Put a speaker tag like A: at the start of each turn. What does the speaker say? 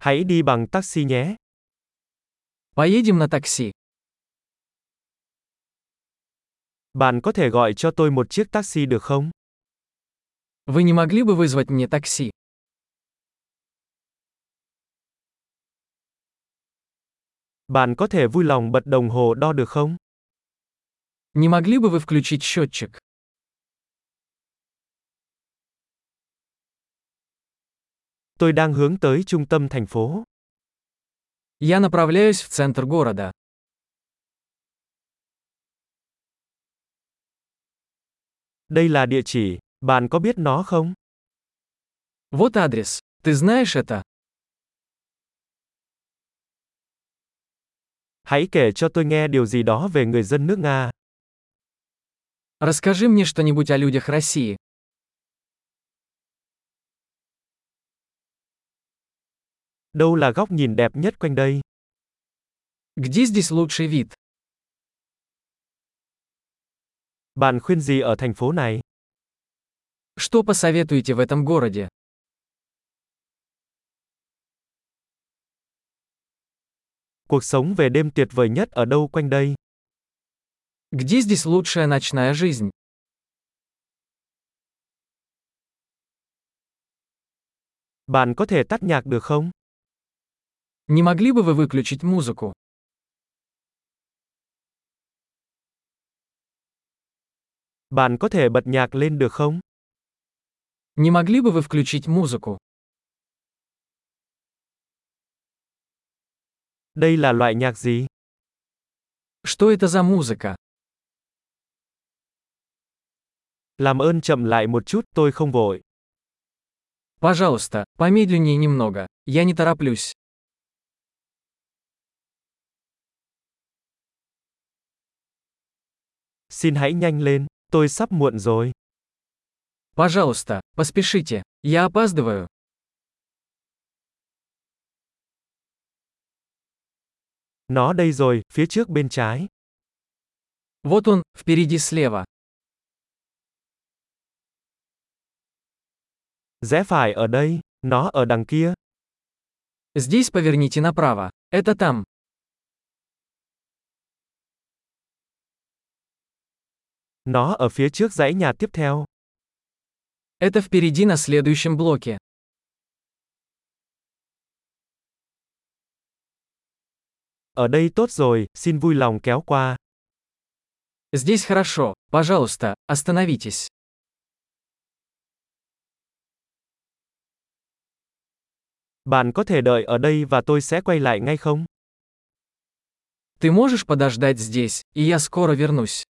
A: Hãy đi bằng taxi nhé.
B: Поедем на такси.
A: Bạn có thể gọi cho tôi một chiếc taxi được không?
B: Вы не могли бы вызвать мне такси?
A: Bạn có thể vui lòng bật đồng hồ đo được không?
B: Не могли бы вы включить счетчик?
A: Tôi đang hướng tới trung tâm thành phố.
B: Я направляюсь в центр города.
A: Đây là địa chỉ, bạn có biết nó không?
B: Вот адрес. Ты знаешь это?
A: Hãy kể cho tôi nghe điều gì đó về người dân nước Nga.
B: Расскажи мне что-нибудь о людях России.
A: Đâu là góc nhìn đẹp nhất quanh đây?
B: Где здесь лучший вид?
A: Bạn khuyên gì ở thành phố này?
B: Что посоветуете в этом городе?
A: Cuộc sống về đêm tuyệt vời nhất ở đâu quanh đây?
B: Где здесь лучшая ночная жизнь?
A: Bạn có thể tắt nhạc được không?
B: Не могли бы вы выключить музыку?
A: Bạn có thể bật nhạc lên được không?
B: Не могли бы вы включить музыку?
A: Đây là loại nhạc gì?
B: Что это за музыка?
A: Làm ơn chậm lại một chút, tôi không vội.
B: Пожалуйста, помедленнее немного. Я не тороплюсь.
A: Xin hãy nhanh lên, tôi sắp muộn rồi.
B: Пожалуйста, поспешите. Я опаздываю.
A: Nó đây rồi, phía trước bên trái.
B: Вот он, впереди слева.
A: Rẽ phải ở đây, nó ở đằng kia.
B: Здесь поверните направо. Это там.
A: Nó ở phía trước dãy nhà tiếp theo.
B: Это впереди на следующем блоке.
A: Ở đây tốt rồi, xin vui lòng kéo qua.
B: Здесь хорошо. Пожалуйста, остановитесь.
A: Bạn có thể đợi ở đây và tôi sẽ quay lại ngay không?
B: Ты можешь подождать здесь, и я скоро вернусь.